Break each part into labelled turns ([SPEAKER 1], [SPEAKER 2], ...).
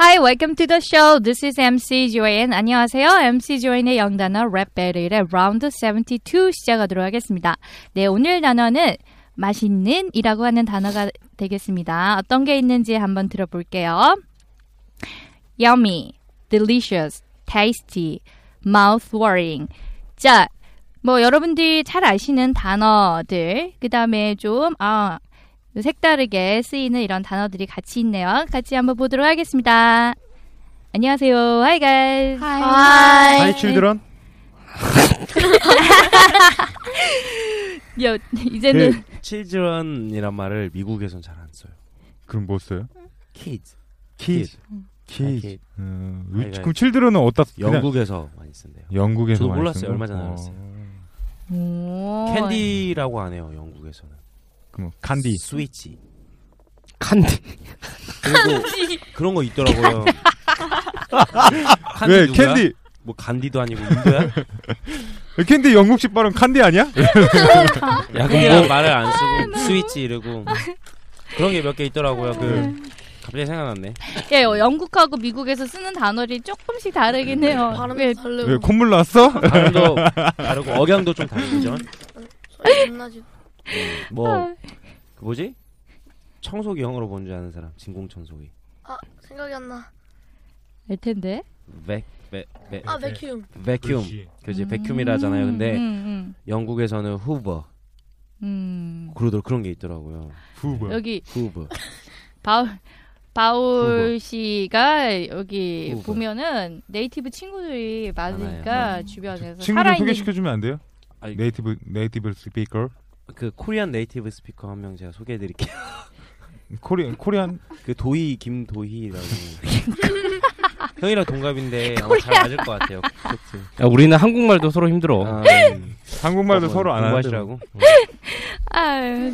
[SPEAKER 1] Hi, welcome to the show. This is MC Joanne. 안녕하세요. MC Joanne의 영단어 랩 배틀의 라운드 72 시작하도록 하겠습니다. 네, 오늘 단어는 맛있는이라고 하는 단어가 되겠습니다. 어떤 게 있는지 한번 들어볼게요. Yummy, delicious, tasty, mouth-watering. 자, 뭐 여러분들이 잘 아시는 단어들, 그 다음에 좀 아, 색다르게 쓰이는 이런 단어들이 같이 있네요. 같이 한번 보도록 하겠습니다. 안녕하세요. Hi guys.
[SPEAKER 2] Hi. Hi, children.
[SPEAKER 1] 야, 이제는
[SPEAKER 2] 그 children이란 말을 미국에선 잘 안 써요.
[SPEAKER 3] 그럼 뭐 써요?
[SPEAKER 2] kids.
[SPEAKER 3] 키즈.
[SPEAKER 2] 아,
[SPEAKER 3] 키즈.
[SPEAKER 2] kid.
[SPEAKER 3] 음,
[SPEAKER 2] 아이가
[SPEAKER 3] 그럼 칠드런은 어디다 쓰- 그냥
[SPEAKER 2] 영국에서 많이 쓴대요.
[SPEAKER 3] 영국에서
[SPEAKER 2] 저도
[SPEAKER 3] 많이
[SPEAKER 2] 몰랐어요.
[SPEAKER 3] 쓰는 거?
[SPEAKER 2] 얼마 전에
[SPEAKER 3] 어.
[SPEAKER 2] 알았어요.
[SPEAKER 1] 오.
[SPEAKER 2] 캔디라고 안 해요. 영국에서는.
[SPEAKER 3] 어, 그럼 칸디.
[SPEAKER 2] 스위치. 칸디. 그리고 그런 거 있더라고요. 칸디
[SPEAKER 3] 왜
[SPEAKER 2] 누구야?
[SPEAKER 3] 캔디?
[SPEAKER 2] 뭐 간디도 아니고 인도야?
[SPEAKER 3] 왜 캔디 영국식 발음 칸디 아니야?
[SPEAKER 2] 야, 그럼 뭐 말을 안 쓰고 스위치 이러고 그런 게 몇 개 있더라고요. 그 갑자기 생각났네.
[SPEAKER 1] 예, 어, 영국하고 미국에서 쓰는 단어들이 조금씩 다르긴 해요. 예,
[SPEAKER 4] 발음이 다르고
[SPEAKER 3] 왜 콧물 났어?
[SPEAKER 2] 발음도 다르고 억양도 좀 다르죠.
[SPEAKER 4] 소리 겁나지
[SPEAKER 2] 뭐 그 뭐지? 청소기 영어로 뭔지 아는 사람? 진공 청소기.
[SPEAKER 4] 아 생각이 안나아
[SPEAKER 1] 알 텐데.
[SPEAKER 2] 베, 베, 베,
[SPEAKER 4] 아,
[SPEAKER 5] 네,
[SPEAKER 4] 맥큐움
[SPEAKER 2] 베큐움. 그지 베큐움이라잖아요. 근데
[SPEAKER 1] 음,
[SPEAKER 2] 영국에서는 후버.
[SPEAKER 1] 음,
[SPEAKER 2] 그러더 그런 게 있더라고요.
[SPEAKER 3] 후보.
[SPEAKER 1] 음. 여기
[SPEAKER 2] 후버.
[SPEAKER 1] 바울 바울 씨가 여기
[SPEAKER 2] 후보.
[SPEAKER 1] 보면은 네이티브 친구들이 많으니까
[SPEAKER 5] 음.
[SPEAKER 2] 많아요.
[SPEAKER 1] 주변에서
[SPEAKER 3] 친구들
[SPEAKER 1] 살아있는
[SPEAKER 3] 소개시켜 주면 안 돼요?
[SPEAKER 2] 아니,
[SPEAKER 3] 네이티브 네이티브 스피커.
[SPEAKER 2] 그 코리안 네이티브 스피커 한 명 제가 소개해 드릴게요.
[SPEAKER 3] 코리 코리안
[SPEAKER 2] 그 도희 김도희라고. 형이랑 동갑인데 아마 잘 맞을 것 같아요.
[SPEAKER 5] 야, 우리는 한국말도 서로 힘들어.
[SPEAKER 2] 아,
[SPEAKER 3] 한국말도 서로 안 하더라고. 어.
[SPEAKER 2] 공부하시라고.
[SPEAKER 1] 아유.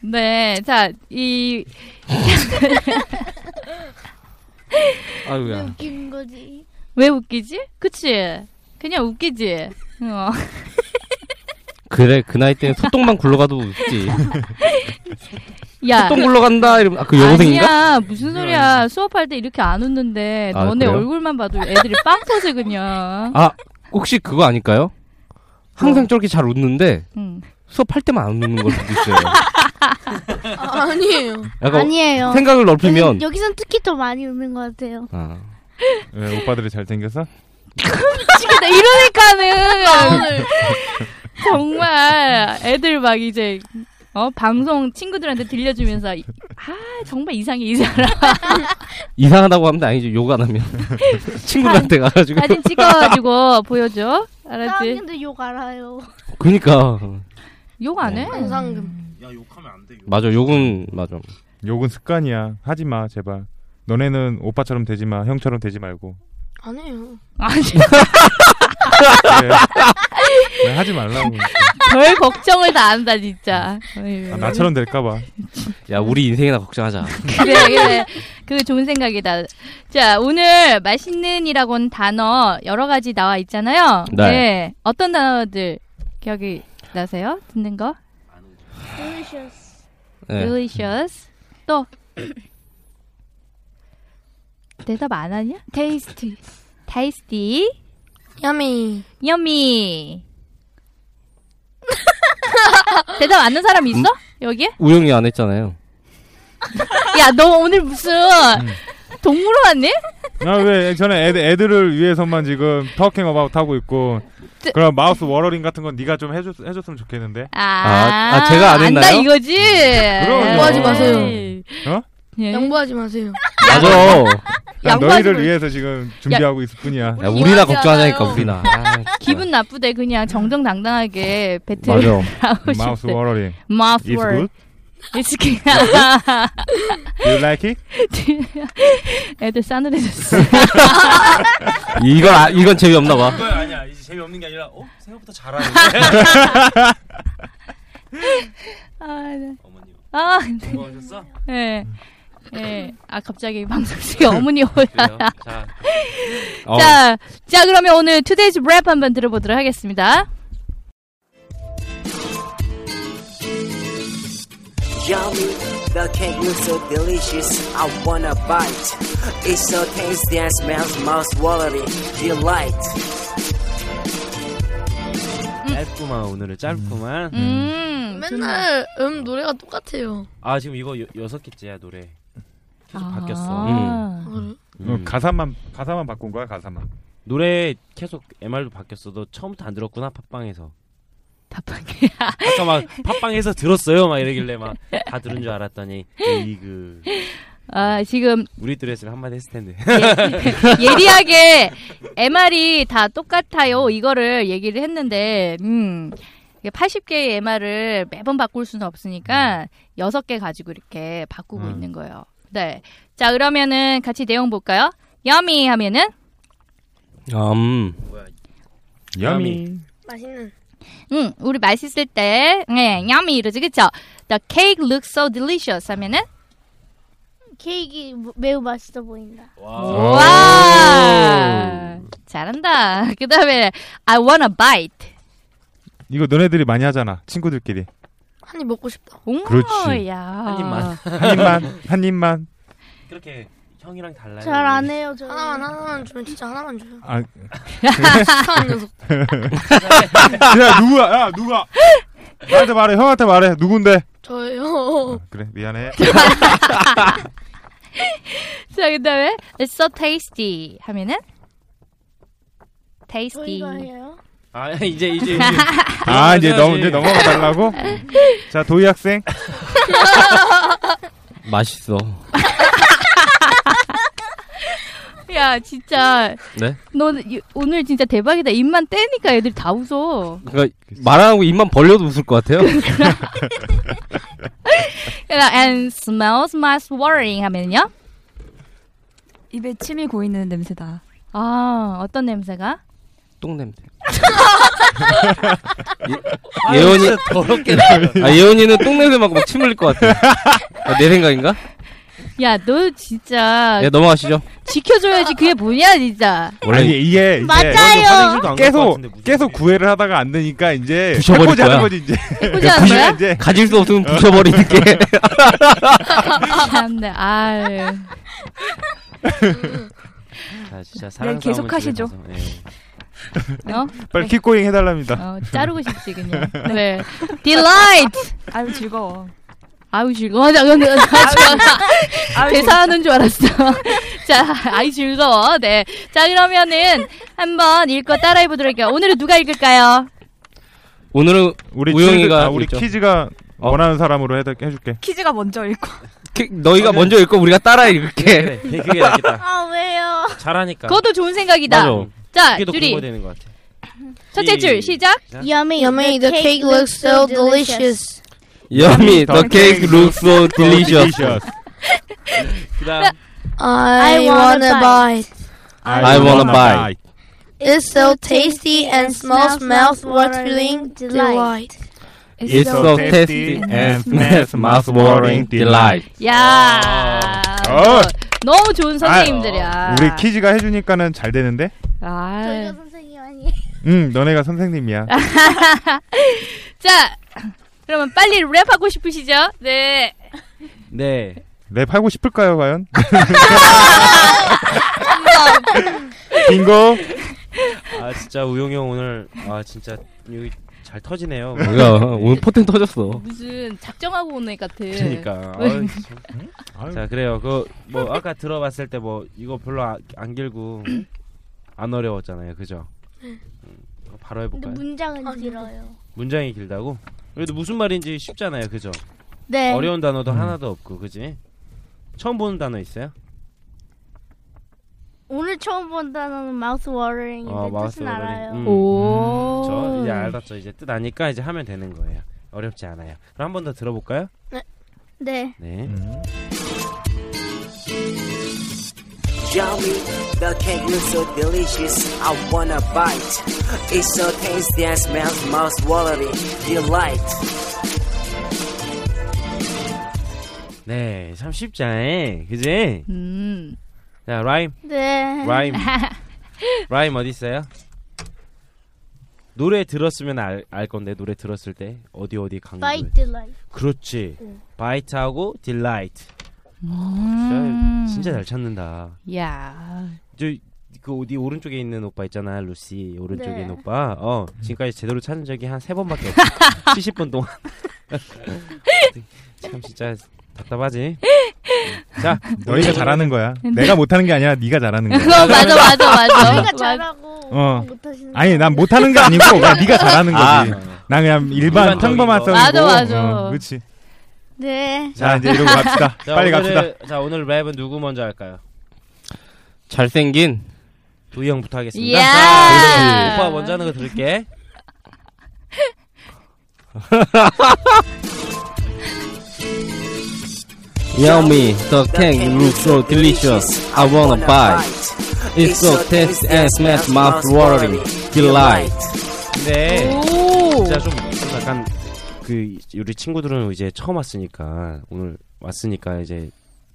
[SPEAKER 1] 네, 자, 이,
[SPEAKER 5] 아유야.
[SPEAKER 4] 웃긴 거지
[SPEAKER 1] 왜 웃기지? 그치? 그냥 웃기지? 어.
[SPEAKER 5] 그래, 그 나이 때는 소똥만 굴러가도 웃지.
[SPEAKER 1] 야.
[SPEAKER 5] 소똥 굴러간다, 이러면, 아, 그 여고생인가? 음.
[SPEAKER 1] 아니야, 무슨 소리야. 수업할 때 이렇게 안 웃는데,
[SPEAKER 5] 아,
[SPEAKER 1] 너네
[SPEAKER 5] 그래요?
[SPEAKER 1] 얼굴만 봐도 애들이 빵 터져, 그냥.
[SPEAKER 5] 아, 혹시 그거 아닐까요? 항상 저렇게 잘 웃는데,
[SPEAKER 1] 응.
[SPEAKER 5] 수업할 때만 안 웃는 걸 수도 있어요.
[SPEAKER 4] 아, 아니에요
[SPEAKER 5] 약간
[SPEAKER 6] 아니에요.
[SPEAKER 5] 생각을 넓히면.
[SPEAKER 6] 여기- 여기선 특히 더 많이 울는 것 같아요.
[SPEAKER 5] 아,
[SPEAKER 3] 예, 오빠들이 잘 생겨서
[SPEAKER 1] 미치겠다.
[SPEAKER 4] 아,
[SPEAKER 1] 이러니까는, 정말, 애들 막 이제, 어, 방송 친구들한테 들려주면서, 이- 아, 정말 이상해, 이 사람.
[SPEAKER 5] 이상하다고 하면 아니죠. 욕 안 하면. 친구들한테 가가지고.
[SPEAKER 1] 사진 찍어가지고 보여줘.
[SPEAKER 6] 나
[SPEAKER 1] 알았지?
[SPEAKER 6] 근데 욕 알아요.
[SPEAKER 5] 그니까.
[SPEAKER 1] 욕 안 해?
[SPEAKER 4] 영상금
[SPEAKER 5] 맞아, 욕은, 맞아.
[SPEAKER 3] 욕은 습관이야. 하지 마, 제발. 너네는 오빠처럼 되지 마, 형처럼 되지 말고.
[SPEAKER 4] 아니에요
[SPEAKER 1] 아니,
[SPEAKER 3] 그래. 네, 하지 말라고.
[SPEAKER 1] 별 걱정을 다 한다 진짜. 어이,
[SPEAKER 3] 아, 나처럼 될까봐.
[SPEAKER 5] 야, 우리 인생이나 걱정하자.
[SPEAKER 1] 그래 그래 그거 좋은 생각이다. 자 오늘 맛있는이라고 하는 단어 여러 가지 나와 있잖아요. 예.
[SPEAKER 5] 네.
[SPEAKER 1] 어떤 단어들 기억이 나세요? 듣는 거?
[SPEAKER 6] Delicious.
[SPEAKER 5] 예.
[SPEAKER 1] 그 Delicious 또 대답 안 하냐?
[SPEAKER 6] Tasty.
[SPEAKER 1] Tasty,
[SPEAKER 4] 야미
[SPEAKER 1] Yummy. 대답 안 한 사람
[SPEAKER 5] 음.
[SPEAKER 1] 있어? 여기에?
[SPEAKER 5] 우영이 안 했잖아요.
[SPEAKER 1] 야, 너 오늘 무슨
[SPEAKER 5] 음.
[SPEAKER 1] 동물원 왔니?
[SPEAKER 3] 아왜 전에 애들, 애들을 위해서만 지금 터킹 어바웃 하고 있고
[SPEAKER 1] 뜨-
[SPEAKER 3] 그럼 마우스 워러링 같은 건 네가 좀 해줬, 해줬으면 좋겠는데
[SPEAKER 1] 아,
[SPEAKER 5] 아, 아, 제가 안
[SPEAKER 1] 안다
[SPEAKER 5] 했나요? 음, 네.
[SPEAKER 1] 이거지.
[SPEAKER 3] 그럼요.
[SPEAKER 4] 양보하지 마세요.
[SPEAKER 3] 어?
[SPEAKER 1] 예.
[SPEAKER 4] 양보하지 마세요.
[SPEAKER 5] 맞아.
[SPEAKER 3] 난
[SPEAKER 1] 양보하지
[SPEAKER 3] 너희를
[SPEAKER 1] 마.
[SPEAKER 3] 위해서 지금 준비하고 있을 뿐이야
[SPEAKER 5] 야, 우리나
[SPEAKER 1] 이해하지
[SPEAKER 5] 걱정하자니까
[SPEAKER 1] 않아요.
[SPEAKER 5] 우리나. 아, 진짜.
[SPEAKER 1] 기분 나쁘대 그냥 정정당당하게 배틀
[SPEAKER 5] 맞아.
[SPEAKER 1] 하고 싶대.
[SPEAKER 3] 마우스 워러링
[SPEAKER 1] 마우스
[SPEAKER 3] It's
[SPEAKER 1] 월.
[SPEAKER 3] good?
[SPEAKER 1] It's good.
[SPEAKER 3] Do you like it?
[SPEAKER 1] 애들 싸늘해졌어.
[SPEAKER 5] 이건 아, 이건 재미없나 봐.
[SPEAKER 2] 그건 아니야. 이제 재미없는 게 아니라 어? 생각보다 잘하네.
[SPEAKER 1] 아, 네.
[SPEAKER 2] 어머님.
[SPEAKER 1] 아,
[SPEAKER 2] 공부하셨어?
[SPEAKER 1] 네. 네. 아 갑자기 방송 중에 어머니 오야.
[SPEAKER 2] 아, 그래요. 자,
[SPEAKER 5] 어.
[SPEAKER 1] 자, 자 그러면 오늘 투데이즈 랩 한번 들어보도록 하겠습니다.
[SPEAKER 7] Yummy, the cake looks so delicious. I wanna bite. It's so tasty and smells mouth-watering delight.
[SPEAKER 2] 짧구만 오늘은 짧구만.
[SPEAKER 1] 음, 좋네.
[SPEAKER 4] 맨날 음 노래가 똑같아요.
[SPEAKER 2] 아 지금 이거 여, 여섯 개째야 노래. 계속
[SPEAKER 1] 아.
[SPEAKER 2] 바뀌었어.
[SPEAKER 5] 음.
[SPEAKER 3] 어, 가사만 가사만 바꾼 거야 가사만
[SPEAKER 2] 노래 계속 MR도 바뀌었어. 너 처음부터 안 들었구나 팟빵에서.
[SPEAKER 1] 답답해.
[SPEAKER 2] 아까 막 팟빵에서 들었어요 막 이러길래 막 다 들은 줄 알았더니 이그
[SPEAKER 1] 아 지금
[SPEAKER 2] 우리들 했으면 한마디 했을 텐데.
[SPEAKER 1] 예리하게 MR이 다 똑같아요. 이거를 얘기를 했는데, 음. 80개의 MR을 매번 바꿀 수는 없으니까 여섯 개 가지고 이렇게 바꾸고
[SPEAKER 3] 음.
[SPEAKER 1] 있는 거예요. 네. 자, 그러면은 같이 내용 볼까요? yummy 하면은
[SPEAKER 5] 음.
[SPEAKER 3] 야미
[SPEAKER 4] 맛있는.
[SPEAKER 1] 음, 우리 맛있을 때 네, yummy 이러지. 그쵸 The cake looks so delicious 하면은
[SPEAKER 6] 케이크
[SPEAKER 4] 뭐,
[SPEAKER 6] 무- 매우 맛있어 보인다.
[SPEAKER 1] 와! 잘한다. 그다음에 I wanna bite.
[SPEAKER 3] 이거 너네들이 많이 하잖아 친구들끼리
[SPEAKER 4] 한 입 먹고 싶다.
[SPEAKER 1] 오,
[SPEAKER 3] 그렇지.
[SPEAKER 1] 야.
[SPEAKER 2] 한 입만.
[SPEAKER 3] 한 입만 한 입만
[SPEAKER 2] 그렇게 형이랑 달라요.
[SPEAKER 6] 잘 안 해요, 저.
[SPEAKER 4] 하나만 하나만 주면 진짜 하나만 줘요.
[SPEAKER 3] 아,
[SPEAKER 4] 착한 녀석.
[SPEAKER 3] 야 누구야 야 누가 나한테 말해 형한테 말해 누군데 아,
[SPEAKER 4] 저예요.
[SPEAKER 3] 그래 미안해
[SPEAKER 1] 자, 그다음에 it's so tasty 하면은 tasty.
[SPEAKER 6] 저희가 어, 해요.
[SPEAKER 2] 아 이제 이제 이제.
[SPEAKER 3] 아
[SPEAKER 5] 네,
[SPEAKER 3] 이제 넘 이제 넘어가 달라고 자 도희 학생
[SPEAKER 5] 맛있어.
[SPEAKER 1] 야, 진짜
[SPEAKER 5] 네?
[SPEAKER 1] 너 이- 오늘 진짜 대박이다. 입만 떼니까 애들 다 웃어.
[SPEAKER 5] 그러니까 말하고 입만 벌려도 웃을 것 같아요.
[SPEAKER 1] 그러니까, and smells my swearing 하면요.
[SPEAKER 8] 입에 침이 고이는 냄새다.
[SPEAKER 1] 아, 어떤 냄새가?
[SPEAKER 5] 똥 냄새. 예- 예원이
[SPEAKER 2] 더럽게.
[SPEAKER 5] 아 예원이는 똥 냄새 맡고 막 침 흘릴 것 같아. 아, 내 생각인가?
[SPEAKER 1] 야, 너 진짜
[SPEAKER 5] 예 넘어가시죠.
[SPEAKER 1] 지켜줘야지. 그게 뭐냐, 진짜.
[SPEAKER 5] 원래
[SPEAKER 3] 아니 이게 이제
[SPEAKER 6] 맞아요.
[SPEAKER 3] 계속 계속 구애를 하다가 안 되니까 이제
[SPEAKER 5] 부셔버릴
[SPEAKER 3] 해보자 하는
[SPEAKER 5] 거야.
[SPEAKER 3] 거지 이제
[SPEAKER 1] 해보지 않은 거야?
[SPEAKER 3] 이제
[SPEAKER 5] 가질 예. 수 없으면 부셔버리는 게.
[SPEAKER 1] 아, 참네. 아유.
[SPEAKER 2] 자, 진짜 예. 사랑
[SPEAKER 8] 네, 계속 하시죠.
[SPEAKER 1] 어?
[SPEAKER 3] 빨리
[SPEAKER 6] 네.
[SPEAKER 3] 킵고잉 해달랍니다
[SPEAKER 1] 어, 자르고 싶지 그냥. 네. delight.
[SPEAKER 8] 아유 즐거워.
[SPEAKER 1] 아유 즐거워. 나, 나, 나, 나,
[SPEAKER 8] 아유,
[SPEAKER 1] 대사하는 줄 알았어. 자, 아이 즐거워. 네. 자 그러면은 한번 읽고 따라해 보도록 할게요. 오늘은 누가 읽을까요?
[SPEAKER 5] 오늘은
[SPEAKER 3] 우리
[SPEAKER 5] 우영이가
[SPEAKER 3] 퀴즈- 아, 우리
[SPEAKER 5] 있죠.
[SPEAKER 3] 키즈가
[SPEAKER 5] 어.
[SPEAKER 3] 원하는 사람으로 해, 해줄게
[SPEAKER 8] 퀴즈가 먼저 읽고.
[SPEAKER 5] 키- 너희가
[SPEAKER 2] 저는- 예.
[SPEAKER 5] 먼저 읽고 우리가 따라 읽을게.
[SPEAKER 2] 그래, 그래, 그게 낫겠다.
[SPEAKER 6] 아, 왜요?
[SPEAKER 2] 잘하니까.
[SPEAKER 1] 그것도 좋은 생각이다.
[SPEAKER 2] 맞아.
[SPEAKER 1] 자,
[SPEAKER 2] 그게 더
[SPEAKER 1] 줄이
[SPEAKER 2] 공부되는 것 같아.
[SPEAKER 1] 첫째 줄 시작.
[SPEAKER 6] Yummy,
[SPEAKER 4] Yummy, the cake looks so delicious.
[SPEAKER 5] Yummy, the cake looks so delicious.
[SPEAKER 2] 그다음
[SPEAKER 4] I wanna bite.
[SPEAKER 5] I wanna buy.
[SPEAKER 4] It's so tasty and smells mouth-watering delight.
[SPEAKER 5] It's so tasty and smells mouth-watering delight.
[SPEAKER 1] 야.
[SPEAKER 2] 아.
[SPEAKER 3] 어.
[SPEAKER 1] 너무 좋은 선생님들이야.
[SPEAKER 6] 아.
[SPEAKER 3] 우리 키즈가 해주니까는 잘 되는데
[SPEAKER 1] 아.
[SPEAKER 6] 저희가 선생님 아니에요.
[SPEAKER 3] 응 너네가 선생님이야
[SPEAKER 6] 아.
[SPEAKER 1] 자, 그러면 빨리 랩하고 싶으시죠? 네.
[SPEAKER 2] 네.
[SPEAKER 3] 랩 하고 싶을까요 과연 빙고
[SPEAKER 2] 아 진짜 우영이 형 오늘 아 진짜 여기 잘 터지네요.
[SPEAKER 5] 뭐야 오늘 포텐 터졌어.
[SPEAKER 1] 무슨 작정하고 온 애 같아.
[SPEAKER 2] 그러니까.
[SPEAKER 1] 왜
[SPEAKER 2] 어이, 자 그래요. 그 뭐 아까 들어봤을 때 뭐 이거 별로 아- 안 길고 안 어려웠잖아요. 그죠?
[SPEAKER 4] 네.
[SPEAKER 2] 음, 바로
[SPEAKER 4] 근데
[SPEAKER 2] 해볼까요?
[SPEAKER 4] 문장은 길어요.
[SPEAKER 2] 문장이 길다고? 그래도 무슨 말인지 쉽잖아요, 그죠?
[SPEAKER 4] 네.
[SPEAKER 2] 어려운 단어도
[SPEAKER 1] 음.
[SPEAKER 2] 하나도 없고, 그지? 처음 보는 단어 있어요?
[SPEAKER 4] 오늘 처음 본 단어는 마우스 워터링인데 음, 뜻은
[SPEAKER 2] 워더링.
[SPEAKER 4] 알아요.
[SPEAKER 2] 어, 음.
[SPEAKER 1] 오.
[SPEAKER 2] 저 이제 알았죠. 이제 뜻 아니까 이제 하면 되는 거예요. 어렵지 않아요. 그럼 한 번 더 들어볼까요?
[SPEAKER 4] 네.
[SPEAKER 2] 네.
[SPEAKER 9] Yummy, the cake looks so delicious. I wanna bite. It's so tasty and smells most watery. Delight.
[SPEAKER 2] 네, 참 쉽지 않아, 그지?
[SPEAKER 1] 음.
[SPEAKER 2] 자, 라임.
[SPEAKER 4] 네.
[SPEAKER 2] 라임. 라임 어디 있어요? 노래 들었으면 알, 알 건데 노래 들었을 때 어디 어디 강조.
[SPEAKER 4] Bite delight.
[SPEAKER 2] 그렇지.
[SPEAKER 4] 응.
[SPEAKER 2] 바이트하고 딜라이트.
[SPEAKER 1] 음.
[SPEAKER 2] 진짜 잘 찾는다.
[SPEAKER 1] 야.
[SPEAKER 2] 저그 어디 오른쪽에 있는 오빠 있잖아 루시 오른쪽에
[SPEAKER 1] 네.
[SPEAKER 2] 있는 오빠 어
[SPEAKER 3] 음.
[SPEAKER 2] 지금까지 제대로 찾은 적이 한 세 번밖에 없어 70분 동안 참 진짜 답답하지 음. 자
[SPEAKER 3] 너희가 잘하는 거야. 내가 못하는 게 아니라 네가 잘하는 거야.
[SPEAKER 1] 어, 맞아, 맞아, 맞아.
[SPEAKER 4] 내가 잘하고
[SPEAKER 3] 어.
[SPEAKER 4] 못하시는
[SPEAKER 3] 아니 난 못하는 게 아니고 그냥 네가 잘하는
[SPEAKER 2] 아.
[SPEAKER 3] 거지. 난 그냥 일반
[SPEAKER 2] 일반적인
[SPEAKER 3] 평범한
[SPEAKER 2] 거.
[SPEAKER 3] 성이고.
[SPEAKER 1] 맞아, 맞아.
[SPEAKER 3] 어, 그렇지.
[SPEAKER 4] 네.
[SPEAKER 3] 자, 이제 이러고 갑시다.
[SPEAKER 2] 자,
[SPEAKER 3] 빨리
[SPEAKER 2] 오늘의-
[SPEAKER 3] 갑시다.
[SPEAKER 2] 자 오늘 랩은 누구 먼저 할까요
[SPEAKER 5] 잘생긴
[SPEAKER 2] 두이 형부터 하겠습니다
[SPEAKER 5] 이야.
[SPEAKER 2] 자, 오빠 먼저 하는 거 들을게
[SPEAKER 5] Yummy, the cake looks so delicious. I wanna bite. It's so tasty and smells mouth watering. Delight.
[SPEAKER 2] 네.
[SPEAKER 1] 오.
[SPEAKER 2] 진짜 좀, 좀 약간 그 우리 친구들은 이제 처음 왔으니까 오늘 왔으니까 이제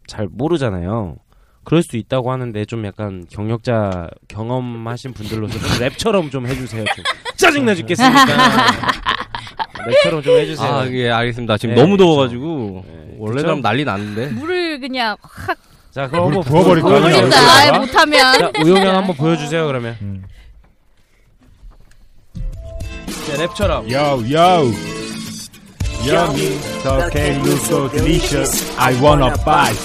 [SPEAKER 2] 잘 모르잖아요. 그럴 수 있다고 하는데 좀 약간 경력자 경험하신 분들로서 좀 랩처럼 좀 해주세요. 좀. 짜증나 죽겠으니까. 랩처럼 좀 해주세요.
[SPEAKER 5] 아,
[SPEAKER 3] 그
[SPEAKER 5] 예, 알겠습니다. 지금
[SPEAKER 2] 네,
[SPEAKER 5] 너무
[SPEAKER 2] 그쵸.
[SPEAKER 5] 더워가지고 원래
[SPEAKER 2] 그쵸?
[SPEAKER 5] 그럼 난리 났는데.
[SPEAKER 1] 물을 그냥 확.
[SPEAKER 2] 자 그럼
[SPEAKER 3] 물
[SPEAKER 2] 한번
[SPEAKER 3] 부어버릴까?
[SPEAKER 2] 보여주세요.
[SPEAKER 1] 모르겠다.
[SPEAKER 2] 그러니까.
[SPEAKER 1] 아이, 못하면.
[SPEAKER 2] 자 우영이 형 한번 보여주세요 그러면. 자, 랩처럼.
[SPEAKER 3] Yo, yo. Yummy, the cake looks so delicious. I wanna bite.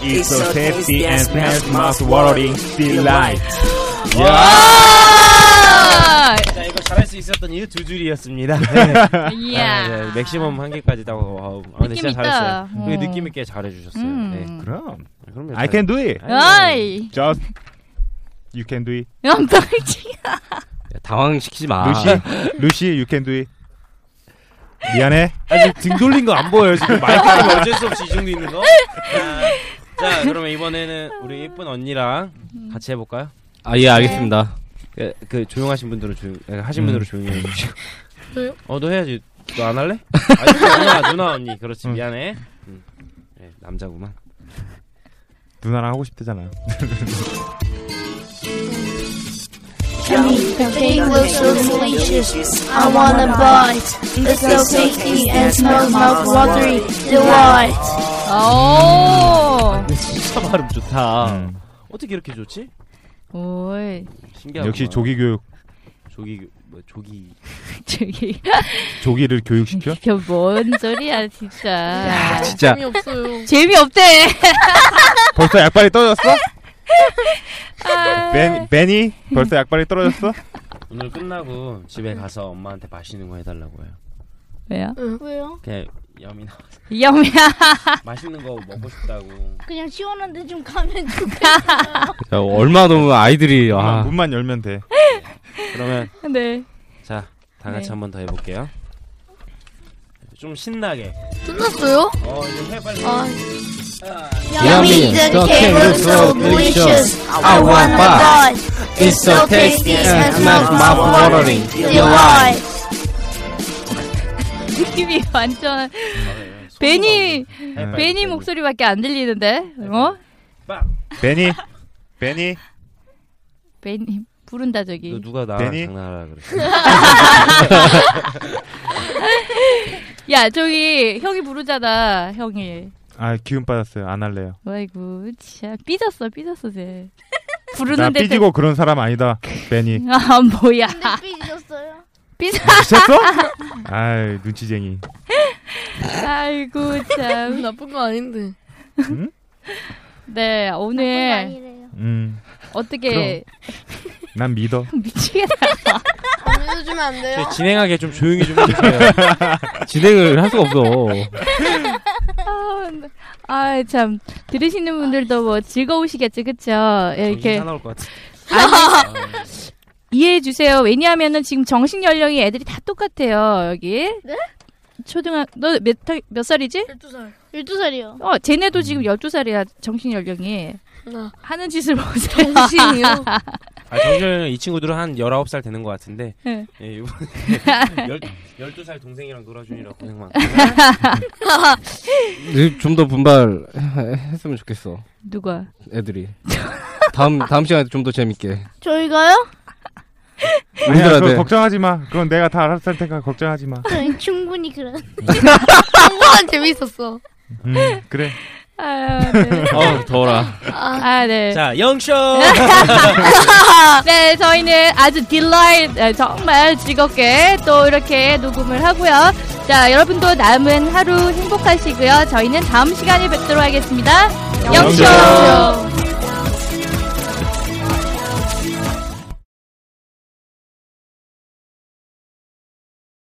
[SPEAKER 3] It's so tasty and smells mouth watering. Delight.
[SPEAKER 1] 아!
[SPEAKER 2] 자 이거 잘할 수 있었던 이유 두 줄이었습니다. 네.
[SPEAKER 1] 이야.
[SPEAKER 2] 아, 네. 맥시멈 한 개까지 딱. 와, 아, 근데
[SPEAKER 1] 느낌
[SPEAKER 2] 진짜
[SPEAKER 1] 있다.
[SPEAKER 2] 잘했어요.
[SPEAKER 1] 어.
[SPEAKER 2] 되게 느낌 있게 잘해주셨어요.
[SPEAKER 1] 음.
[SPEAKER 2] 네.
[SPEAKER 3] 그럼.
[SPEAKER 2] 그럼요. 음.
[SPEAKER 3] I can do it.
[SPEAKER 1] 어이.
[SPEAKER 3] Just you can do it.
[SPEAKER 1] 연방지야.
[SPEAKER 5] 당황시키지 마.
[SPEAKER 2] 아.
[SPEAKER 3] 루시, 루시, you can do it. 미안해.
[SPEAKER 2] 아직 등 돌린 거 안 보여요 지금 마이크가 뭐 어쩔 수 없이 이 정도 있는 거. 자, 자 그러면 이번에는 우리 예쁜 언니랑
[SPEAKER 1] 음.
[SPEAKER 2] 같이 해볼까요?
[SPEAKER 5] 아, 예, 알겠습니다.
[SPEAKER 2] 그, 그 조용하신 분들은 조용, 에, 하신
[SPEAKER 5] 음.
[SPEAKER 2] 분들은 조용히 해주시고.
[SPEAKER 4] 저요?
[SPEAKER 2] 어, 너 해야지. 너 안 할래? 아, 누나, 누나 언니. 그렇지, 미안해. 음. 예, 남자구만.
[SPEAKER 3] 누나랑 하고 싶대잖아.
[SPEAKER 8] Yummy, the cake looks so delicious. I wanna bite. It's so tasty and smells mouth watering. Delight.
[SPEAKER 1] 오.
[SPEAKER 2] 근데 진짜 발음 좋다. 어떻게 이렇게 좋지?
[SPEAKER 1] 오이.
[SPEAKER 2] 신기하다.
[SPEAKER 3] 역시 조기 교육,
[SPEAKER 2] 조기 뭐 조기
[SPEAKER 1] 저기.
[SPEAKER 3] 조기를 교육시켜?
[SPEAKER 1] 저뭔 소리야, 진짜.
[SPEAKER 3] 진짜.
[SPEAKER 4] 재미없어요.
[SPEAKER 1] 재미없대.
[SPEAKER 3] 벌써 약발이 떨어졌어?
[SPEAKER 1] 아.
[SPEAKER 3] 벤, 벤이 벌써 약발이 떨어졌어?
[SPEAKER 2] 오늘 끝나고 집에 가서 엄마한테 맛있는 거 해달라고 해요.
[SPEAKER 1] 왜요?
[SPEAKER 4] 왜요?
[SPEAKER 2] 그냥 여민아
[SPEAKER 1] 영미야.
[SPEAKER 2] 맛있는 거 먹고 싶다고.
[SPEAKER 4] 그냥 시원한데 좀 가면 그
[SPEAKER 5] 자, 얼마 넘으면 아이들이 아,
[SPEAKER 3] 문만 열면 돼.
[SPEAKER 2] 그러면
[SPEAKER 1] 네.
[SPEAKER 2] 자 다 같이
[SPEAKER 1] 네.
[SPEAKER 2] 한 번 더 해볼게요. 좀 신나게.
[SPEAKER 8] 끝났어요?
[SPEAKER 2] 어 이제 해 빨리.
[SPEAKER 8] 아.
[SPEAKER 5] Yummy, the cake looks so delicious. I want bite. It's so tasty and smells mouth watering. Delight.
[SPEAKER 1] 느낌이 완전. 예, 베니,
[SPEAKER 3] 네.
[SPEAKER 2] 해, 빨리.
[SPEAKER 1] 베니 목소리밖에 안 들리는데? 어?
[SPEAKER 3] 벤이, 벤이,
[SPEAKER 1] 베니, 부른다,
[SPEAKER 2] 너
[SPEAKER 1] 저기.
[SPEAKER 2] 누가 나
[SPEAKER 3] 괜히?
[SPEAKER 2] 장난하라 그랬어.
[SPEAKER 1] 야, 저기, 형이 부르잖아, 형이.
[SPEAKER 3] 아 기운 빠졌어요. 안 할래요.
[SPEAKER 1] 아이고, 진짜. 삐졌어, 삐졌어, 쟤.
[SPEAKER 3] 나
[SPEAKER 1] 부르는데.
[SPEAKER 3] 삐지고 그런 사람 아니다. 벤이. 아,
[SPEAKER 1] 아, 뭐야.
[SPEAKER 4] 근데 삐졌어요.
[SPEAKER 1] 삐졌.
[SPEAKER 3] 미쳤어? 아이 눈치쟁이.
[SPEAKER 1] 아이고 참.
[SPEAKER 4] 나쁜 거 아닌데.
[SPEAKER 3] 음?
[SPEAKER 1] 네 오늘
[SPEAKER 10] 아니래요.
[SPEAKER 3] 음.
[SPEAKER 1] 어떻게
[SPEAKER 3] 난 믿어.
[SPEAKER 1] 미치겠다.
[SPEAKER 4] 범인도 아, 주면 안 돼요.
[SPEAKER 2] 저희 진행하게 좀 조용히 좀 해주세요. 진행을 할 수가 없어.
[SPEAKER 1] 아 참 들으시는 분들도 뭐 즐거우시겠지 그쵸? 예, 이렇게
[SPEAKER 2] 사 나올 것 같아.
[SPEAKER 1] 이해해 주세요. 왜냐하면은 지금 정식 연령이 애들이 다 똑같아요. 여기.
[SPEAKER 10] 네?
[SPEAKER 1] 초등학 너몇 몇 살이지?
[SPEAKER 4] 12살.
[SPEAKER 10] 12살이요.
[SPEAKER 1] 어, 쟤네도 지금 12살이야. 정신 연령이.
[SPEAKER 4] 나.
[SPEAKER 1] 하는 짓을 보세요.
[SPEAKER 4] 정신이요?
[SPEAKER 2] 아, 정준이 이 친구들은 한 19살 되는 것 같은데.
[SPEAKER 1] 네.
[SPEAKER 2] 예, 이번에 12살 동생이랑 놀아주느라 고생 많고.
[SPEAKER 5] 좀 더 분발했으면 좋겠어.
[SPEAKER 1] 누가?
[SPEAKER 5] 애들이. 다음 다음 시간에 좀 더 재밌게.
[SPEAKER 10] 저희가요?
[SPEAKER 3] 아니야, 그거
[SPEAKER 5] 네.
[SPEAKER 3] 걱정하지 마. 그건 내가 다 알아서 할 테니까 걱정하지 마.
[SPEAKER 10] 저희 충분히 그런.
[SPEAKER 4] 한국은 재밌었어.
[SPEAKER 3] 음, 그래.
[SPEAKER 1] 아, 네.
[SPEAKER 2] 어, 더워라.
[SPEAKER 1] 아, 네.
[SPEAKER 2] 자, 영쇼!
[SPEAKER 1] 네, 저희는 아주 딜라이트, 아, 정말 즐겁게 또 이렇게 녹음을 하고요. 자, 여러분도 남은 하루 행복하시고요. 저희는 다음 시간에 뵙도록 하겠습니다. 영쇼!
[SPEAKER 5] 어.
[SPEAKER 3] 영쇼!